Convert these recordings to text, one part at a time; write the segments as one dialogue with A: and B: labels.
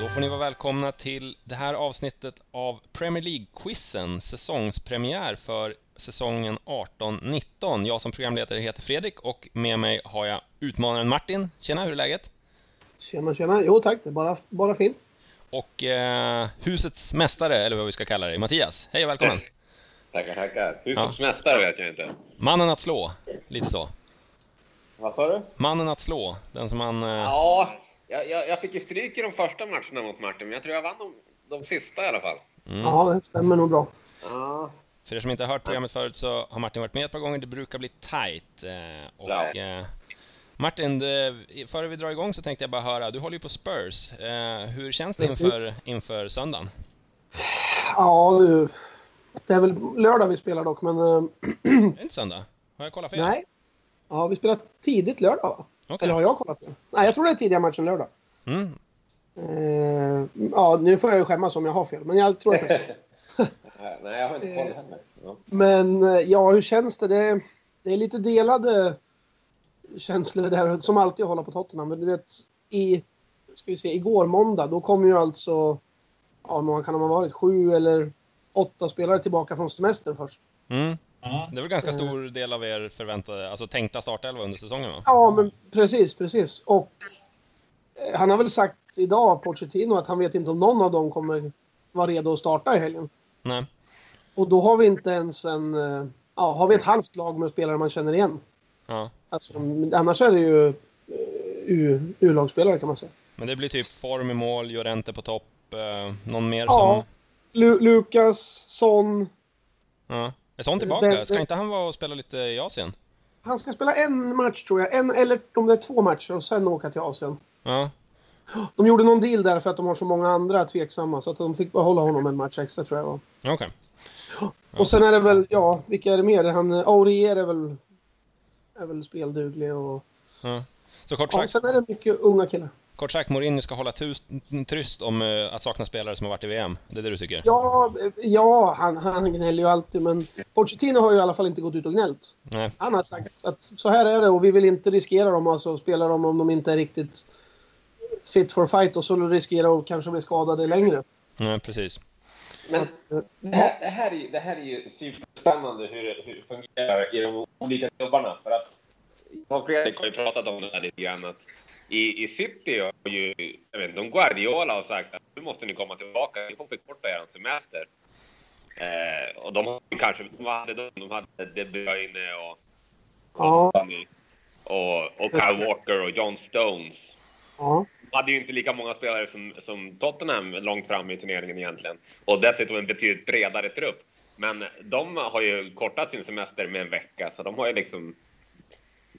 A: Då får ni vara välkomna till det här avsnittet av Premier League-quizen, säsongspremiär för säsongen 18-19. Jag som programledare heter Fredrik och med mig har jag utmanaren Martin. Tjena, hur är läget?
B: Tjena, tjena. Jo tack, det är bara, bara fint.
A: Och eh, husets mästare, eller vad vi ska kalla dig, Mattias. Hej och välkommen!
C: Tackar, tackar. Husets mästare vet jag inte.
A: Mannen att slå, lite så.
C: Vad sa du?
A: Mannen att slå, den som man... Eh,
C: Ja, jag, jag, jag fick ju stryk i de första matcherna mot Martin, men jag tror jag vann de, de sista i alla fall.
A: mm.
B: Ja, det stämmer nog bra.
C: Ja,
A: För er som inte har hört programmet förut så har Martin varit med ett par gånger, det brukar bli tight. eh, Och,
C: Ja.
A: eh, Martin, det, före vi drar igång så tänkte jag bara höra, du håller ju på Spurs. Eh, hur känns det
B: Precis.
A: inför, inför söndagen?
B: Ja, du. Det är väl lördag vi spelar dock, men... eh,
A: Är det inte söndag? Har jag kollat fel?
B: nej. Ja, vi spelar tidigt lördag, va?
A: Okej.
B: Eller har jag kollat fel? Nej, jag tror det är tidiga matchen lördag.
A: Mm.
B: Eh, ja, nu får jag ju skämmas om jag har fel, men jag tror att jag
C: nej, jag har inte koll heller. Ja.
B: Men eh, ja, hur känns det? Det, det är lite delade känslor där, som alltid att hålla på Tottenham. Men du vet, i, ska vi se, igår måndag, då kom ju alltså, ja hur många kan de ha varit? Sju eller åtta spelare tillbaka från semestern först.
A: Mm. Det var
B: Eh.
A: ganska stor del av er förväntade, alltså tänkta startelva under säsongen va?
B: Ja, men precis, precis. Och eh, han har väl sagt idag, Pochettino, att han vet inte om någon av dem kommer vara redo att starta i helgen.
A: Nej.
B: Och då har vi inte ens en, eh, ja, har vi ett halvt lag med spelare man känner igen.
A: Ja.
B: Alltså, men annars är det ju eh, U- U-lagsspelare kan man säga.
A: Men det blir typ form i mål, Llorente på topp, eh, någon mer
B: Ja.
A: som...
B: Lu Lukas, Son.
A: Ja. Är sån
B: Den-
A: tillbaka? Ska inte han vara och spela lite i Asien?
B: Han ska spela en match tror jag. En, eller om det är två matcher och sen åka till Asien.
A: Ja.
B: De gjorde någon deal där för att de har så många andra tveksamma så att de fick behålla honom en match extra tror jag. det var.
A: Okej. Ja.
B: Och sen är det väl, ja, vilka är det mer? Han, eh, Aurier är väl, är väl spelduglig och...
A: Ja. Så kort
B: Ja,
A: sagt,
B: sen är det mycket unga killar.
A: kort sagt Mourinho ska hålla tus, tyst om eh, att sakna spelare som har varit i VM. Det är det du tycker?
B: Ja, eh, ja han, han gnäller ju alltid men Pochettino har ju i alla fall inte gått ut och gnällt.
A: Nej.
B: Han har sagt att så här är det och vi vill inte riskera dem, alltså spela dem om de inte är riktigt fit for fight och så riskera att kanske bli skadade längre.
A: Nej, precis.
C: Men det här, det här är, ju- det här är ju superspännande hur, det- hur det fungerar i de olika klubbarna. För att jag och Fredrik har ju pratat om det här lite grann. Att i, I City har ju, jag vet inte, om Guardiola har sagt att nu måste ni komma tillbaka, ni får förkorta er semester. Eh, och de har ju kanske, de hade, de, de hade De Bruyne och,
B: Ja,
C: och, och Kyle Walker och John Stones.
B: ja.
C: De hade ju inte lika många spelare som, som Tottenham långt fram i turneringen egentligen. Och dessutom en betydligt bredare trupp. Men de har ju kortat sin semester med en vecka, så de har ju liksom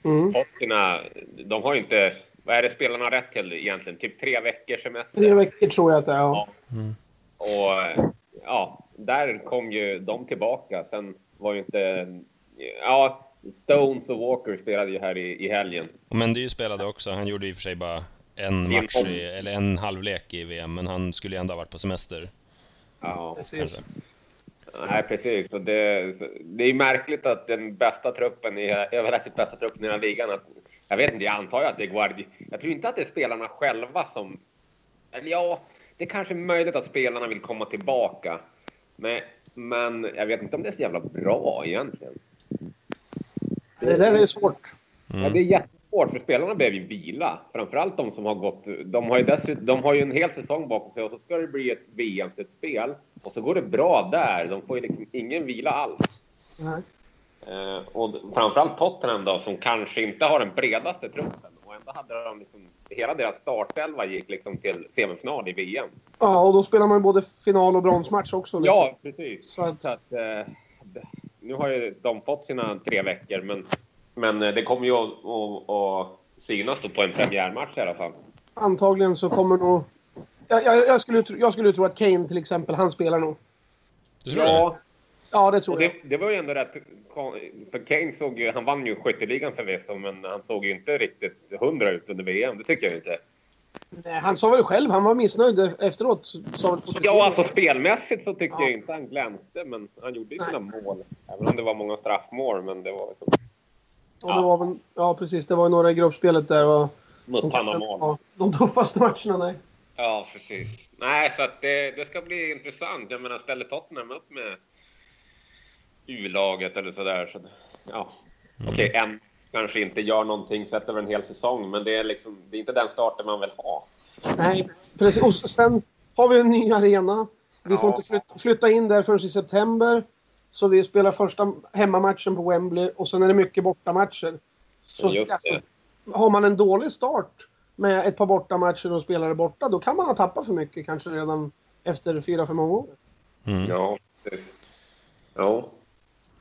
B: Mm.
C: fått sina... De har ju inte... Vad är det spelarna har rätt till egentligen? Typ tre veckors semester.
B: Tre veckor tror jag att det är. Ja.
A: Mm.
C: Och ja, där kom ju de tillbaka. Sen var ju inte... Ja, Stones och Walker spelade ju här i, i helgen.
A: Och Mendy spelade också. Han gjorde i och för sig bara en
C: Min
A: match,
C: om-
A: i, eller en halvlek i VM, men han skulle ju ändå ha varit på semester.
C: Ja.
B: Precis.
C: Nej, precis. Och det, det är ju märkligt att den bästa truppen i överlägset bästa truppen i den här ligan, att, jag vet inte, jag antar ju att det är Guardi. Jag tror inte att det är spelarna själva som... Eller ja, det är kanske är möjligt att spelarna vill komma tillbaka. Men, men jag vet inte om det är så jävla bra egentligen.
B: Det där är svårt.
C: Ja, det är jättesvårt, för spelarna behöver ju vila. Framförallt de som har gått... De har ju, dessutom, de har ju en hel säsong bakom sig och så ska det bli ett VM-slutspel. Och så går det bra där. De får ju liksom ingen vila alls.
B: Nej.
C: Eh, och d- framförallt Tottenham då, som kanske inte har den bredaste truppen. Och ändå hade de liksom, hela deras startelva gick liksom till semifinal i VM.
B: Ja, och då spelar man ju både final och bronsmatch också. nu.
C: Ja, precis.
B: Så att,
C: Så att, eh, d- nu har ju de fått sina tre veckor, men, men eh, det kommer ju att, att, att synas då på en premiärmatch i alla fall.
B: antagligen så kommer nog... Jag, jag, jag, skulle, tro- jag skulle tro att Kane till exempel, han spelar nog.
A: Du tror det?
B: Ja, det
C: och
B: tror
C: det,
B: jag.
C: det var ju ändå rätt... kon- För Kane såg ju, han vann ju skytteligan förvisso, men han såg ju inte riktigt hundra ut under VM. Det tycker jag inte.
B: Nej, han sa väl själv, han var missnöjd efteråt. Sa väl på-
C: Ja, alltså spelmässigt så tyckte
B: Ja.
C: jag inte han glänste, men han gjorde ju sina
B: Nej.
C: mål. Även om det var många straffmål, men det var liksom
B: Och det var väl, ja, precis. Det var ju några i gruppspelet där. Var,
C: mot Panama.
B: Ja, de tuffaste matcherna, nej.
C: Ja. Ja, precis. Nej, så att det, det ska bli intressant. Jag menar, ställer Tottenham upp med U-laget eller sådär. Så, ja.
A: Mm.
C: Okej, en kanske inte gör någonting sett över en hel säsong, men det är, liksom, det är inte den starten man vill ha.
B: Nej, precis. Och sen har vi en ny arena. Vi får
C: Ja.
B: inte flytta, flytta in där förrän i september. Så vi spelar första hemmamatchen på Wembley och sen är det mycket bortamatcher. Så
C: Just det.
B: alltså, har man en dålig start med ett par bortamatcher och spelare borta, då kan man ha tappat för mycket kanske redan efter fyra, fem omgångar.
A: Mm.
C: Ja, precis. Ja.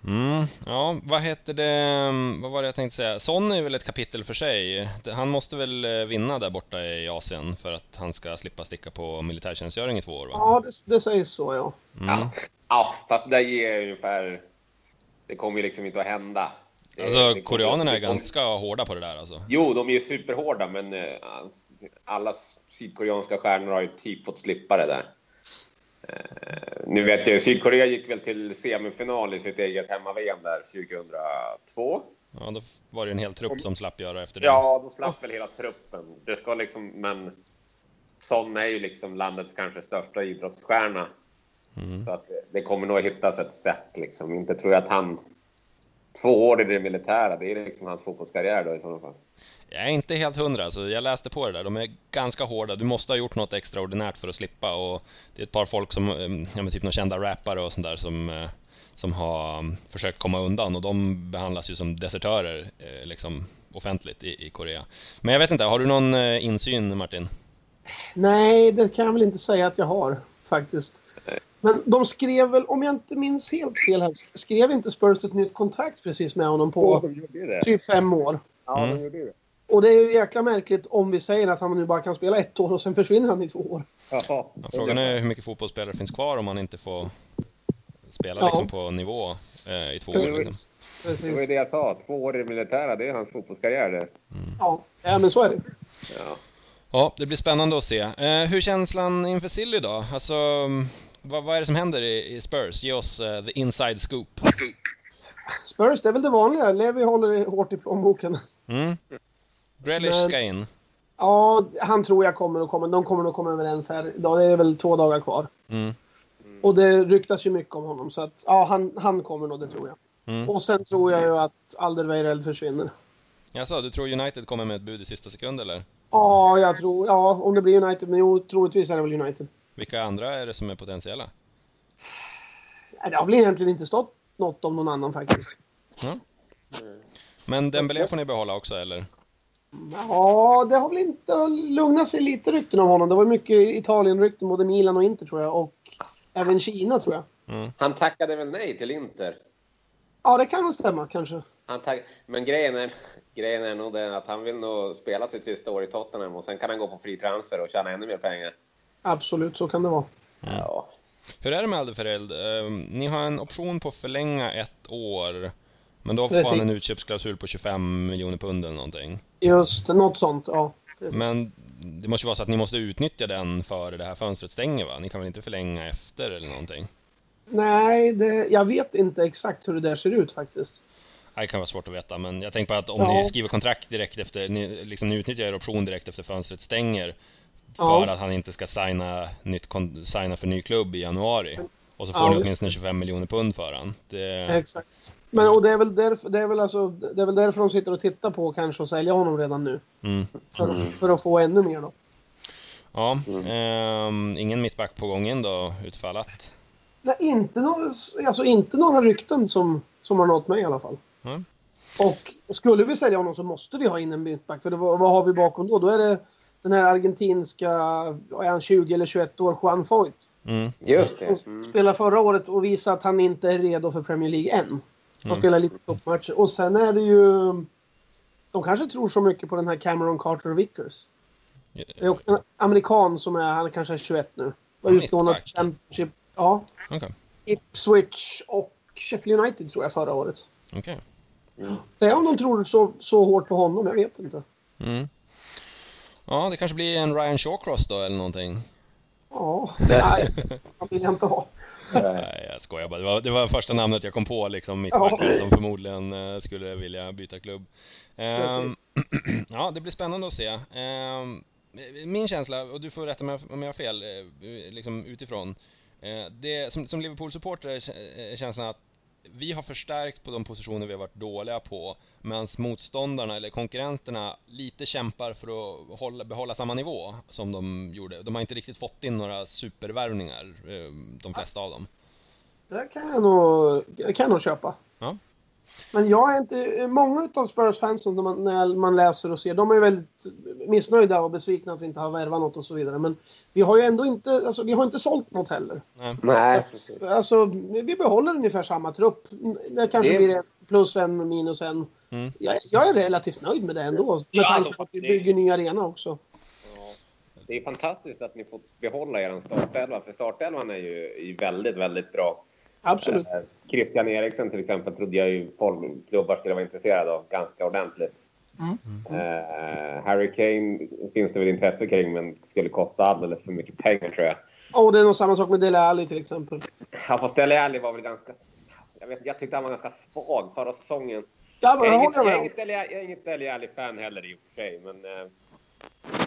A: Mm, ja, vad heter det, mm, vad var det jag tänkte säga? Son är väl ett kapitel för sig. Han måste väl eh, vinna där borta i Asien för att han ska slippa sticka på militärtjänstgöring i två år va?
B: Ja, det, det sägs så ja.
A: Mm.
C: ja, fast det där ger ungefär... Det kommer ju liksom inte att hända. Det- det
A: Alltså
C: kommer-
A: koreanerna är
C: det kommer-
A: ganska hårda på det där alltså.
C: Jo, de är ju superhårda, men eh, alla sydkoreanska stjärnor har ju typ fått slippa det där. Eh, Nu vet jag, Sydkorea gick väl till semifinal i sitt eget hemma-VM där 2002.
A: Ja, då var det en hel trupp som slapp göra efter det.
C: Ja, de slapp väl hela truppen. Det ska liksom, men Son är ju liksom landets kanske största idrottsstjärna.
A: Mm.
C: Så att det- det kommer nog hittas ett sätt. Liksom. Inte tror jag att han... Två år i det militära, det är liksom hans fotbollskarriär då i sådana fall.
A: Jag är inte helt hundra, så jag läste på det där. De är ganska hårda. Du måste ha gjort något extraordinärt för att slippa. Och det är ett par folk som, eh, ja, men typ några kända rappare och sånt där som, eh, som har mm, försökt komma undan. Och de behandlas ju som desertörer eh, liksom, offentligt i, i Korea. Men jag vet inte, har du någon eh, insyn Martin?
B: Nej, det kan jag väl inte säga att jag har faktiskt. Men de skrev väl, om jag inte minns helt fel här, skrev inte Spurs ett nytt kontrakt precis med honom på
C: gjorde ju det.
B: typ fem år?
C: Ja,
A: Mm.
C: de gjorde ju det.
B: Och det är ju jäkla märkligt om vi säger att han nu bara kan spela ett år och sen försvinner han i två år.
C: Ja,
A: Ja, Frågan är hur mycket fotbollsspelare finns kvar om man inte får spela
B: Ja.
A: liksom, på nivå eh, i två år. Liksom.
C: Det var ju
B: Precis.
C: det jag sa, två år i det militära, det är hans fotbollskarriär det.
B: Ja, ja, men så är det.
C: Ja.
A: Ja, det blir spännande att se. Eh, hur är känslan inför Silly då? Alltså, mm, vad, vad är det som händer i, i Spurs? Ge oss eh, the inside scoop.
B: Spurs, det är väl det vanliga. Levi håller hårt i plånboken.
A: Mm. Grealish
B: Men-
A: ska in.
B: Ja, han tror jag kommer att komma. De kommer nog komma överens här idag. Det är väl två dagar kvar.
A: Mm.
B: Och det ryktas ju mycket om honom. Så att, ja, han, han kommer nog, det tror jag.
A: Mm.
B: Och sen tror jag ju att Alderweireld försvinner.
A: Jaså, du tror United kommer med ett bud i sista sekund eller?
B: Ja, jag tror... Ja, om det blir United. Men jo, troligtvis är det väl United.
A: Vilka andra är det som är potentiella?
B: Nej, Det har väl egentligen inte stått något om någon annan faktiskt.
A: Men Dembélé får ni behålla också eller?
B: Ja, det har väl inte lugnat sig lite rykten om honom. Det var mycket Italien-rykten, både Milan och Inter tror jag. Och även Kina tror jag.
A: Mm.
C: Han tackade väl nej till Inter?
B: Ja, det kan nog stämma kanske.
C: Han tack... Men grejen är, grejen är nog den att han vill nog spela sitt sista år i Tottenham och sen kan han gå på fri transfer och tjäna ännu mer pengar.
B: Absolut, så kan det vara.
C: Ja.
A: Hur är det med Alderweireld? Eh, ni har en option på att förlänga ett år. Men då får
B: Precis.
A: han en utköpsklausul på 25 miljoner pund eller någonting.
B: Just det, något sånt. Ja, precis.
A: Men det måste ju vara så att ni måste utnyttja den före det här fönstret stänger va? Ni kan väl inte förlänga efter eller någonting?
B: Nej, det, jag vet inte exakt hur det där ser ut faktiskt.
A: Det kan vara svårt att veta men jag tänker på att om
B: Ja.
A: ni skriver kontrakt direkt efter, ni, liksom, ni utnyttjar er option direkt efter fönstret stänger
B: Ja.
A: för att han inte ska signa, nytt, kon- signa för ny klubb i januari. Och så får
B: Ja,
A: ni
B: just
A: åtminstone
B: det.
A: 25 miljoner pund för han. Det,
B: Exakt. Men och det är, väl därför, det, är väl alltså, det är väl därför de sitter och tittar på kanske att sälja honom redan nu.
A: mm,
B: För, att- för att få ännu mer då.
A: ja,
C: Mm.
A: ehm, ingen mittback på gången då utfallat.
B: Nej, inte några, alltså inte några rykten som, som har nått mig i alla fall.
A: Mm.
B: Och skulle vi sälja honom så måste vi ha in en mittback. För det, vad, vad har vi bakom då? Då är det den här argentinska, ja, är han 20 eller 21 år, Juan Foyt.
A: Mm,
C: Just
B: Som
C: det. Mm.
B: spelade förra året och visade att han inte är redo för Premier League än. Han
A: Mm.
B: spelar lite toppmatcher. Och sen är det ju... De kanske tror så mycket på den här Cameron Carter Vickers. Det är också en amerikan som är, han kanske är 21 nu. Var
A: Mittback.
B: utlånad till Championship. Ja.
A: Mm. okej.
B: Ipswich och Sheffield United tror jag förra året.
A: okej.
B: Det är om de tror så, så hårt på honom, jag vet inte.
A: Mm. Ja, det kanske blir en Ryan Shawcross då eller någonting.
B: Ja, nej. Han vill jag inte ha.
C: Mm.
A: Nej, jag skojar bara. Det var, det var första namnet jag kom på liksom, mitt
B: Ja.
A: backar som förmodligen eh, skulle vilja byta klubb. Ehm, ja, det blir spännande att se. Ehm, min känsla, och du får rätta mig om jag har fel, liksom utifrån. eh, Det, som, som Liverpool-supporter är eh, känslan att vi har förstärkt på de positioner vi har varit dåliga på medan motståndarna eller konkurrenterna lite kämpar för att hålla, behålla samma nivå som de gjorde. De har inte riktigt fått in några supervärvningar, eh, de flesta av dem.
B: Det kan jag nog, det kan jag nog köpa.
A: Ja.
B: Men jag är inte... Många av Spurs-fansen, när man läser och ser, de är väldigt missnöjda och besvikna att vi inte har värvat något och så vidare. Men vi har ju ändå inte... Alltså, vi har inte sålt något heller.
A: Nej.
C: Nej.
B: Att, alltså, vi behåller ungefär samma trupp. Det kanske
C: Det-
B: blir en plus en, minus en.
A: Mm.
B: Jag, jag är relativt nöjd med det ändå. Med
C: Ja,
B: tanke
C: alltså,
B: på att vi
C: det-
B: bygger ny arena också.
C: Ja. Det är fantastiskt att ni får behålla er startelva, för startelvan är ju är ju väldigt, väldigt bra.
B: Absolut.
C: Eh, Christian Eriksen till exempel trodde jag ju folk- klubbar skulle vara intresserade av ganska ordentligt.
B: Mm.
C: Eh, Harry Kane finns det väl intresse kring, men skulle kosta alldeles för mycket pengar tror jag.
B: Och det är nog samma sak med Dele Alli till exempel.
C: Ja, fast Dele Alli var väl ganska... Jag, vet, inte, jag tyckte han var ganska svag förra säsongen.
B: Ja, men
C: Jag
B: det
C: är, inget,
B: håller jag med
C: jag är
B: om.
C: inget Dele- jag är inget Dele Alli-fan heller i och för sig, men... eh,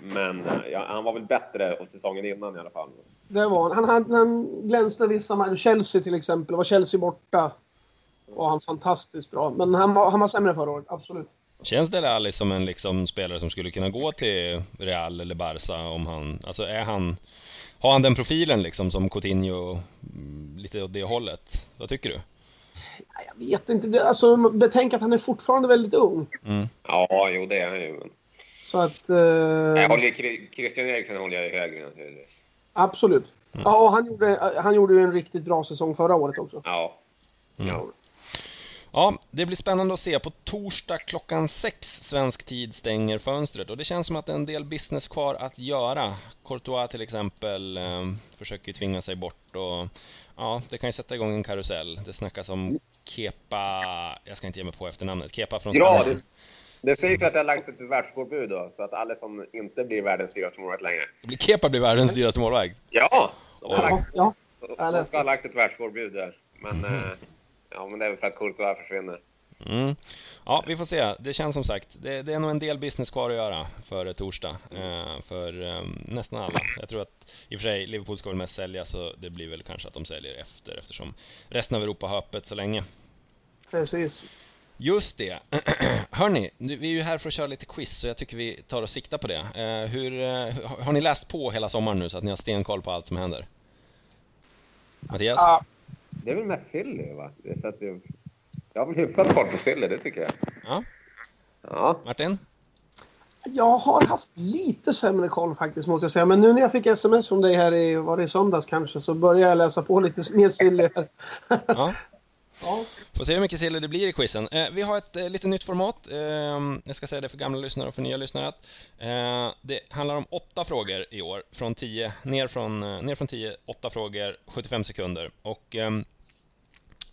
C: Men eh, ja, han var väl bättre åt säsongen innan i alla fall.
B: Det var han. Han, hade- han glänste vissa matcher. Chelsea till exempel. Var Chelsea borta var han fantastiskt bra. Men han, var- han var sämre förra året, absolut.
A: Känns Dele Alli som en liksom spelare som skulle kunna gå till Real eller Barca om han, alltså är han, har han den profilen liksom som Coutinho, mm, lite åt det hållet? Vad tycker du?
B: Nej, Jag vet inte. Det- Alltså, betänk att han är fortfarande väldigt ung.
A: Mm.
C: Ja, jo det är han ju. Men...
B: Så att...
C: Jag
B: Eh,
C: håller, Kri- Christian Eriksen håller jag ju högre naturligtvis.
B: absolut. Ja, och han gjorde, han gjorde ju en riktigt bra säsong förra året också.
C: Ja. ja.
A: Ja, det blir spännande att se. På torsdag klockan sex svensk tid stänger fönstret och det känns som att det är en del business kvar att göra. Courtois till exempel eh, försöker ju tvinga sig bort och ja, det kan ju sätta igång en karusell. Det snackas om Kepa, jag ska inte ge mig på efternamnet, Kepa från
C: Ja,
A: Spanien.
C: det, det sägs att det har lagts ett världsrekordbud då, så att Alisson inte blir världens dyraste målvakt längre.
A: Det blir Kepa blir världens dyraste målvakt.
C: Ja! De, har
B: Ja,
C: lagt,
B: ja.
C: de ska ha lagt ett världsrekordbud där. Men, eh, ja, men det är väl för att Courtois försvinner.
A: Mm. Ja, vi får se. Det känns som sagt, det, det är nog en del business kvar att göra för torsdag. Eh, för eh, nästan alla. Jag tror att i och för sig Liverpool ska väl mest sälja så det blir väl kanske att de säljer efter eftersom resten av Europa har öppet så länge.
B: precis.
A: Just det. Hörni, nu- vi är ju här för att köra lite quiz så jag tycker vi tar och siktar på det. Eh, hur, eh, har- har ni läst på hela sommaren nu så att ni har stenkoll på allt som händer? Mattias?
B: Ja,
C: Det är väl mest Silly, va? Det är så att det, jag har väl hyfsat koll på Silly, det tycker jag.
A: Ja.
C: Ja.
A: Martin?
B: Jag har haft lite sämre koll faktiskt måste jag säga. Men nu när jag fick sms från dig här i, var det i söndags kanske, så började jag läsa på lite mer silly här.
A: Ja.
B: Ja.
A: Får se hur mycket sill det blir i quizen. Eh, vi har ett eh, lite nytt format. Eh, jag ska säga det för gamla lyssnare och för nya lyssnare. Att, eh, det handlar om åtta frågor i år. Från 10, ner från, eh, ner från 10, åtta frågor, 75 sekunder. Och, ehm,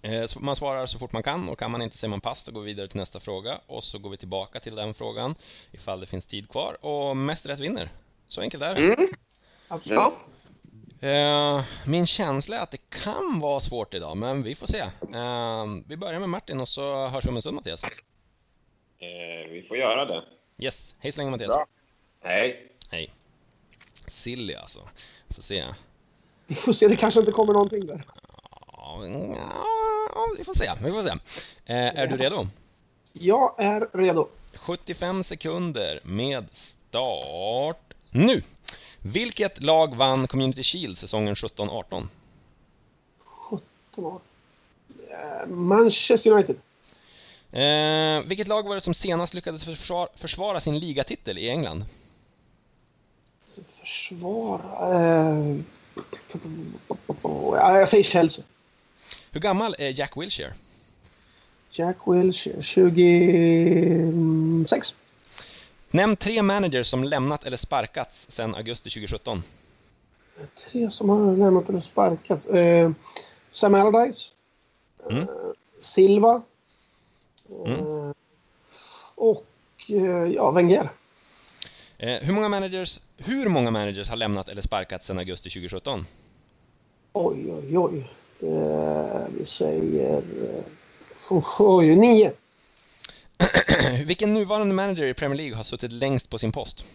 A: eh, så man svarar så fort man kan och kan man inte säger man pass så går vi vidare till nästa fråga och så går vi tillbaka till den frågan ifall det finns tid kvar och mest rätt vinner. Så enkelt är det.
C: Mm.
B: Absolut.
C: ja.
A: Eh, min känsla är att det kan vara svårt idag men vi får se. Eh, vi börjar med Martin och så hörs vi om en stund Mattias.
C: Eh, vi får göra det.
A: Yes, hej så länge Mattias.
C: Bra. Hej.
A: Silly alltså. Får se.
B: Vi får se, det kanske inte kommer någonting där.
A: Ja, ja, vi får se. Vi får se. Eh, är du redo?
B: Jag är redo.
A: 75 sekunder med start nu. Vilket lag vann Community Shield säsongen 17-18?
B: Kom on. Eh, Manchester United.
A: Eh, vilket lag var det som senast lyckades försvara, försvara sin ligatitel i England?
B: Försvara... Eh, ja, jag säger Chelsea.
A: Hur gammal är Jack Wilshere?
B: Jack Wilshere, 26.
A: Nämn tre managers som lämnat eller sparkats sedan augusti 2017.
B: Tre som har lämnat eller sparkats. Eh, Sam Allardyce.
A: Mm.
B: Eh, Silva.
A: Mm.
B: Eh, och eh, ja, Wenger.
A: Eh, hur, många managers, hur många managers har lämnat eller sparkats sedan augusti 2017?
B: Oj, oj, oj. Eh, vi säger... Eh, oj, oj, nio.
A: Vilken nuvarande manager i Premier League har suttit längst på sin post?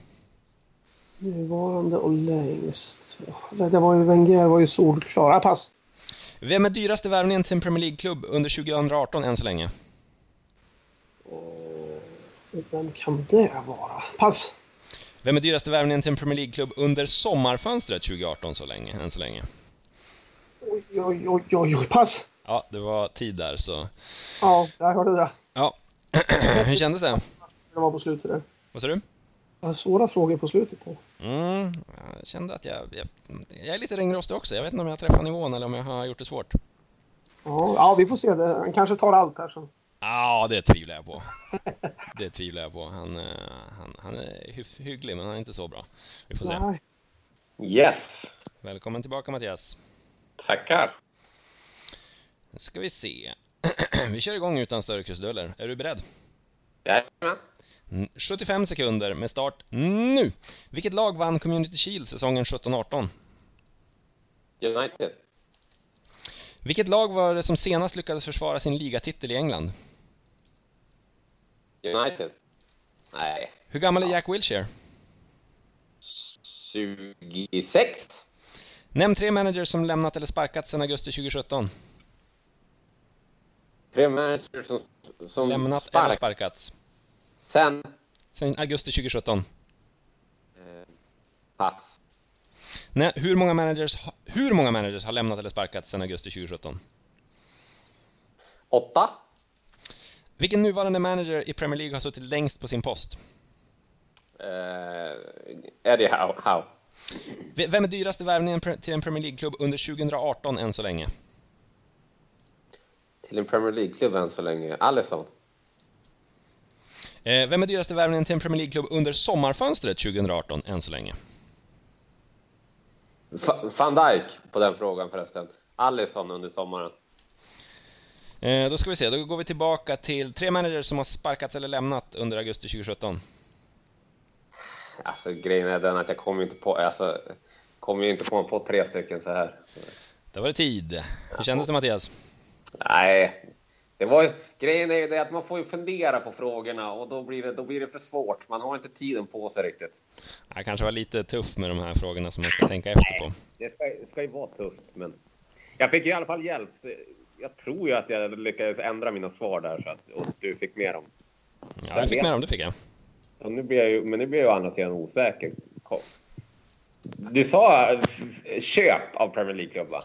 B: Nuvarande och längst. Det, det var ju, Wenger var ju solklar. Ah, pass.
A: Vem är dyraste värvningen till en Premier League-klubb under 2018 än så länge?
B: Eh, Vem kan det vara? Pass.
A: Vem är dyraste värvningen till en Premier League-klubb under sommarfönstret 2018 så länge, än så länge?
B: Oj, oj, oj, oj, oj. Pass.
A: Ja, det var tid där så...
B: Ja, där hörde du det.
A: Ja. Hur kändes det?
B: Det var på slutet där.
A: Vad sa du?
B: Det var svåra frågor på slutet. Där.
A: Mm, jag kände att jag, jag... Jag är lite ringrostig också. Jag vet inte om jag träffar nivån eller om jag har gjort det svårt. Ja,
B: Ja, ja, vi får se. Det- Han kanske tar allt här sen.
A: ah, det tvivlar jag på. Det tvivlar jag på. Han, eh, han, han är hyf- hygglig, men han är inte så bra. Vi får se.
B: Nej.
C: Yes,
A: Välkommen tillbaka Mattias.
C: tackar.
A: Nu ska vi se. Vi kör igång utan större krusiduller. Är du beredd?
C: Jajamän.
A: Mm, 75 sekunder med start nu! Vilket lag vann Community Shield säsongen 17-18?
C: United.
A: Vilket lag var det som senast lyckades försvara sin ligatitel i England?
C: United. Nej,
A: Hur gammal är Jack Wilshere?
C: 26.
A: Nämn tre managers som lämnat eller sparkat sedan augusti 2017.
C: Tre människor som, som
A: Lämnat eller
C: spark.
A: sparkats.
C: Sen,
A: Sedan augusti 2017.
C: eh, pass.
A: Nej, hur, många managers, ha- hur många managers har lämnat eller sparkats sedan augusti 2017?
C: Åtta.
A: Vilken nuvarande manager i Premier League har suttit längst på sin post?
C: Eh, Eddie Howe. Howe.
A: V- Vem är dyraste värvningen pre- till en Premier League-klubb under 2018 än så länge?
C: Till en Premier League-klubb än så länge. Alisson.
A: Eh, Vem är dyraste värvningen till en Premier League-klubb under sommarfönstret 2018 än så länge?
C: Fa- Van Dijk på den frågan förresten. Alisson under sommaren.
A: Eh, Då ska vi se, då går vi tillbaka till tre managers som har sparkats eller lämnat under augusti 2017.
C: Alltså grejen är den att jag kommer ju inte på, alltså, kommer ju inte komma på tre stycken så här.
A: Där var det tid. Hur kändes det Mattias?
C: Nej, det var ju, grejen är ju det att man får ju fundera på frågorna och då blir det, då blir det för svårt. Man har inte tiden på sig riktigt.
A: Jag kanske var lite tuff med de här frågorna som man ska tänka efter på.
C: Det ska, det ska ju vara tufft, men jag fick i alla fall hjälp. Jag tror ju att jag lyckades ändra mina svar där så att, och du fick med dem.
A: Ja, jag fick med dem, det fick jag.
C: Och nu blir jag ju, men nu blir jag ju å andra sidan osäker. Kom. Du sa eh, köp av Premier League-klubb, va?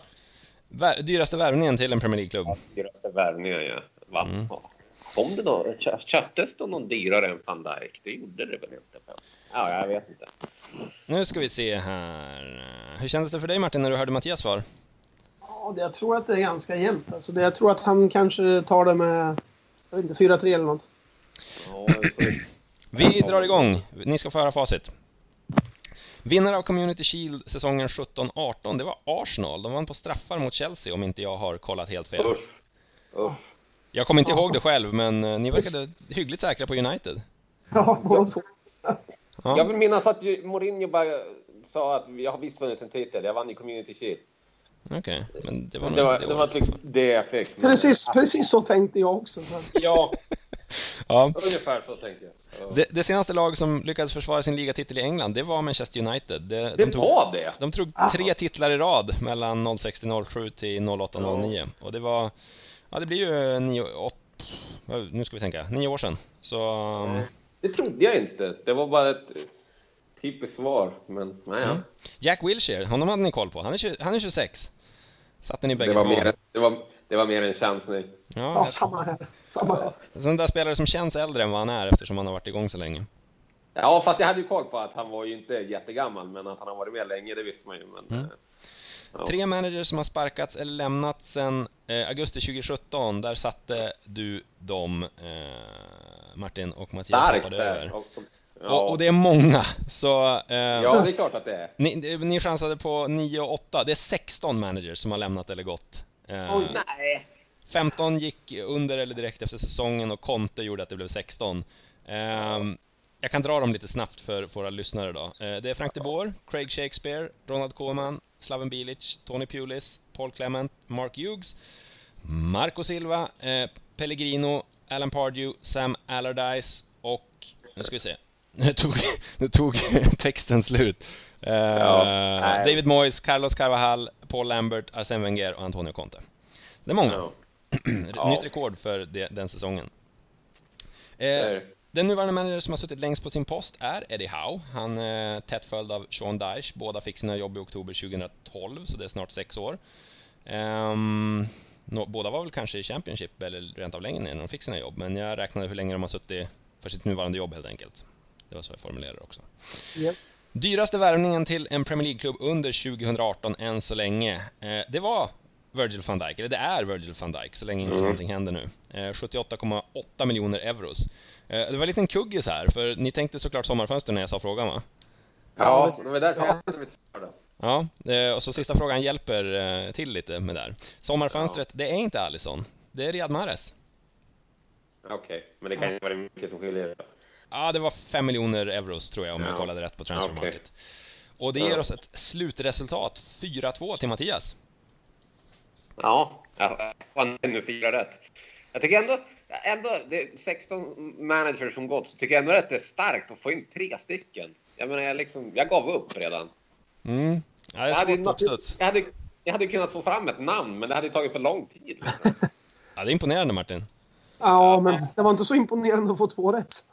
A: Vär- Dyraste värvningen till en Premier League-klubb?
C: dyraste värvningar. Ja. Va?
A: Mm.
C: Kom det någon, kö- köptes det någon dyrare än van Dijk? Det gjorde det väl inte? Ja, jag vet inte.
A: Nu ska vi se här. Hur kändes det för dig Martin när du hörde Mattias svar?
B: Ja, det, jag tror att det är ganska jämnt. Alltså, det, jag tror att han kanske tar det med jag vet inte, 4-3 eller något.
C: Ja, vi får se.
A: Vi drar igång. Ni ska få höra facit. Vinnare av Community Shield säsongen 17-18, det var Arsenal. De vann på straffar mot Chelsea om inte jag har kollat helt fel.
C: Usch. Usch.
A: Jag kommer inte ihåg det själv, men eh, ni verkade hyggligt säkra på United.
B: Ja, båda två.
A: Ja.
C: Jag vill minnas att ju- Mourinho bara sa att jag har visst vunnit en titel. Jag vann i Community Shield.
A: Okej, men det var liksom- nog
C: Det var,
A: inte
C: det var
A: året.
C: typ det jag fick. Men-
B: Precis, precis så tänkte jag också. Så att-
C: Ja,
A: ja.
C: ungefär så tänkte jag. Ja.
A: det, det senaste lag som lyckades försvara sin ligatitel i England, det var Manchester United. Det,
C: Det
A: de, tog,
C: var det!
A: de tog tre titlar i rad mellan 06 till 07 till 08 09. Och det var, ja det blir ju nio, åt, vad- nu ska vi tänka, nio år sedan. Så, um,
C: Det trodde jag inte. Det var bara ett eh, typiskt svar. Men, nej, ja.
A: Mm. Jack Wilshere, honom hade ni koll på. Han är, 20, han är 26. Satte ni bägge
C: det, var
A: två.
C: mer, det, var, det var mer en chansning.
A: Ja,
B: Ja, samma här. Samma här.
A: en sån där spelare som känns äldre än vad han är eftersom han har varit igång så länge.
C: Ja, fast jag hade ju koll på att han var ju inte jättegammal, men att han har varit med länge, det visste man ju. Men,
A: Mm.
C: eh, ja.
A: Tre managers som har sparkats eller lämnat sedan eh, augusti 2017, där satte du dem, eh, Martin och Mattias
C: Starkt
A: hoppade över.
C: där. Och, och, ja.
A: Och, och det är många, så eh,
C: ja, det är klart att det är.
A: ni, ni chansade på 9 och 8. Det är 16 managers som har lämnat eller gått. Eh,
B: Oj.
C: Nej.
A: 15 gick under eller direkt efter säsongen och Conte gjorde att det blev 16. Ehm, jag kan dra dem lite snabbt för våra lyssnare då. Eh, det är Frank de Boer, Craig Shakespeare, Ronald Koeman, Slaven Bilic, Tony Pulis, Paul Clement, Mark Hughes, Marco Silva, eh, Pellegrino, Alan Pardew, Sam Allardyce och, nu ska vi se, Nu tog, nu tog texten slut. Eh,
C: nej.
A: David Moyes, Carlos Carvajal, Paul Lambert, Arsène Wenger och Antonio Conte. Det är många.
C: Ja.
A: Ja. Nytt rekord för det, den säsongen.
C: det
A: Eh,
C: är det.
A: den nuvarande manager som har suttit längst på sin post är Eddie Howe. Han eh, tätt följd av Sean Dyche. Båda fick sina jobb i oktober 2012, så det är snart sex år. Ehm, nå- båda var väl kanske i Championship eller rent av längre ner när de fick sina jobb, men jag räknade hur länge de har suttit för sitt nuvarande jobb helt enkelt. Det var så jag formulerade det också.
B: Japp.
A: Dyraste värvningen till en Premier League-klubb under 2018 än så länge, eh, det var Virgil van Dijk, eller det är Virgil van Dijk så länge inte
C: Mm.
A: någonting händer nu. Eh, 78,8 miljoner euros. Eh, det var en liten kuggis här, för ni tänkte såklart sommarfönster när jag sa frågan va?
C: Ja,
B: visst.
C: det var därför
B: Ja.
C: jag blev svarade.
A: Ja, eh, och så sista frågan hjälper eh, till lite med där. Sommarfönstret, det är inte Alisson, det är Riyad Mahrez.
C: Okej, men det kan ju vara mycket som skiljer.
A: Ja, det var 5 miljoner euros tror jag om jag
C: Ja.
A: kollade rätt på transfer
C: Okej.
A: market. Och det ger
C: Ja.
A: oss ett slutresultat, 4-2 till Mattias.
C: Ja, ja, fan nu fyra rätt. Jag tycker ändå, ändå det är 16 managers som gått, så tycker jag ändå att det är starkt att få in tre stycken. Jag menar, jag, liksom, jag gav upp redan.
A: Mm. Ja, det
C: Jag
A: är
C: hade, ju
A: svårt på
C: nått-
A: uppstuds.
C: jag, hade, jag hade kunnat få fram ett namn, men det hade tagit för lång tid. Liksom.
A: Ja, det är imponerande Martin.
B: Ja, men det var inte så imponerande att få två rätt.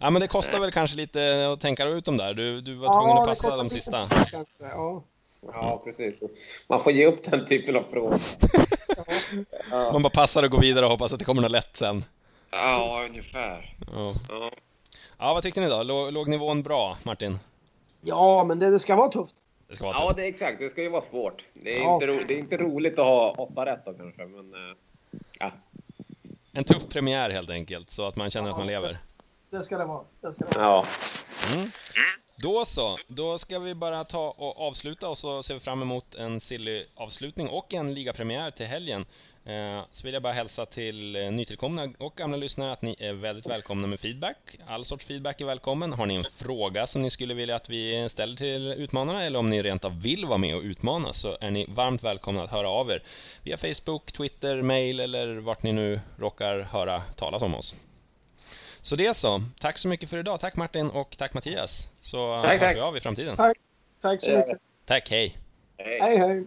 A: Ja, men det kostar väl kanske lite att tänka ut dem där. Du, du var
B: Ja,
A: tvungen att
B: det
A: passa
B: kostar
A: de
B: lite
A: sista.
B: kanske, Ja.
C: Ja, precis. Man får ge upp den typen av frågor.
A: Man bara passar och går vidare och hoppas att det kommer något lätt sen.
C: Ja, ungefär.
A: Ja,
C: Ja.
A: ja vad tyckte ni då? Låg, låg nivån bra, Martin?
B: ja, men det, det ska vara tufft.
A: Det ska vara
C: ja,
A: tufft.
C: det är exakt. Det ska ju vara svårt. Det är,
B: Ja.
C: inte, ro, det är inte roligt att ha åtta rätt då kanske, men... eh, Ja.
A: En tuff premiär helt enkelt, så att man känner att man
B: Ja.
A: lever.
B: Det ska det vara. Det ska det vara.
C: ja.
A: Mm. Då så, då ska vi bara ta och avsluta och så ser vi fram emot en silly avslutning och en ligapremiär till helgen. Eh, Så vill jag bara hälsa till eh, nytillkomna och gamla lyssnare att ni är väldigt välkomna med feedback. All sorts feedback är välkommen. Har ni en fråga som ni skulle vilja att vi ställer till utmanarna eller om ni rent av vill vara med och utmana så är ni varmt välkomna att höra av er via Facebook, Twitter, mail eller vart ni nu råkar höra talas om oss. Så det så. Tack så mycket för idag. Tack Martin och tack Mattias. Så
C: Tack,
A: hörs
C: tack.
A: vi av i framtiden.
B: Tack så mycket.
A: Tack, hej!
C: Hej.
B: Hej, hej.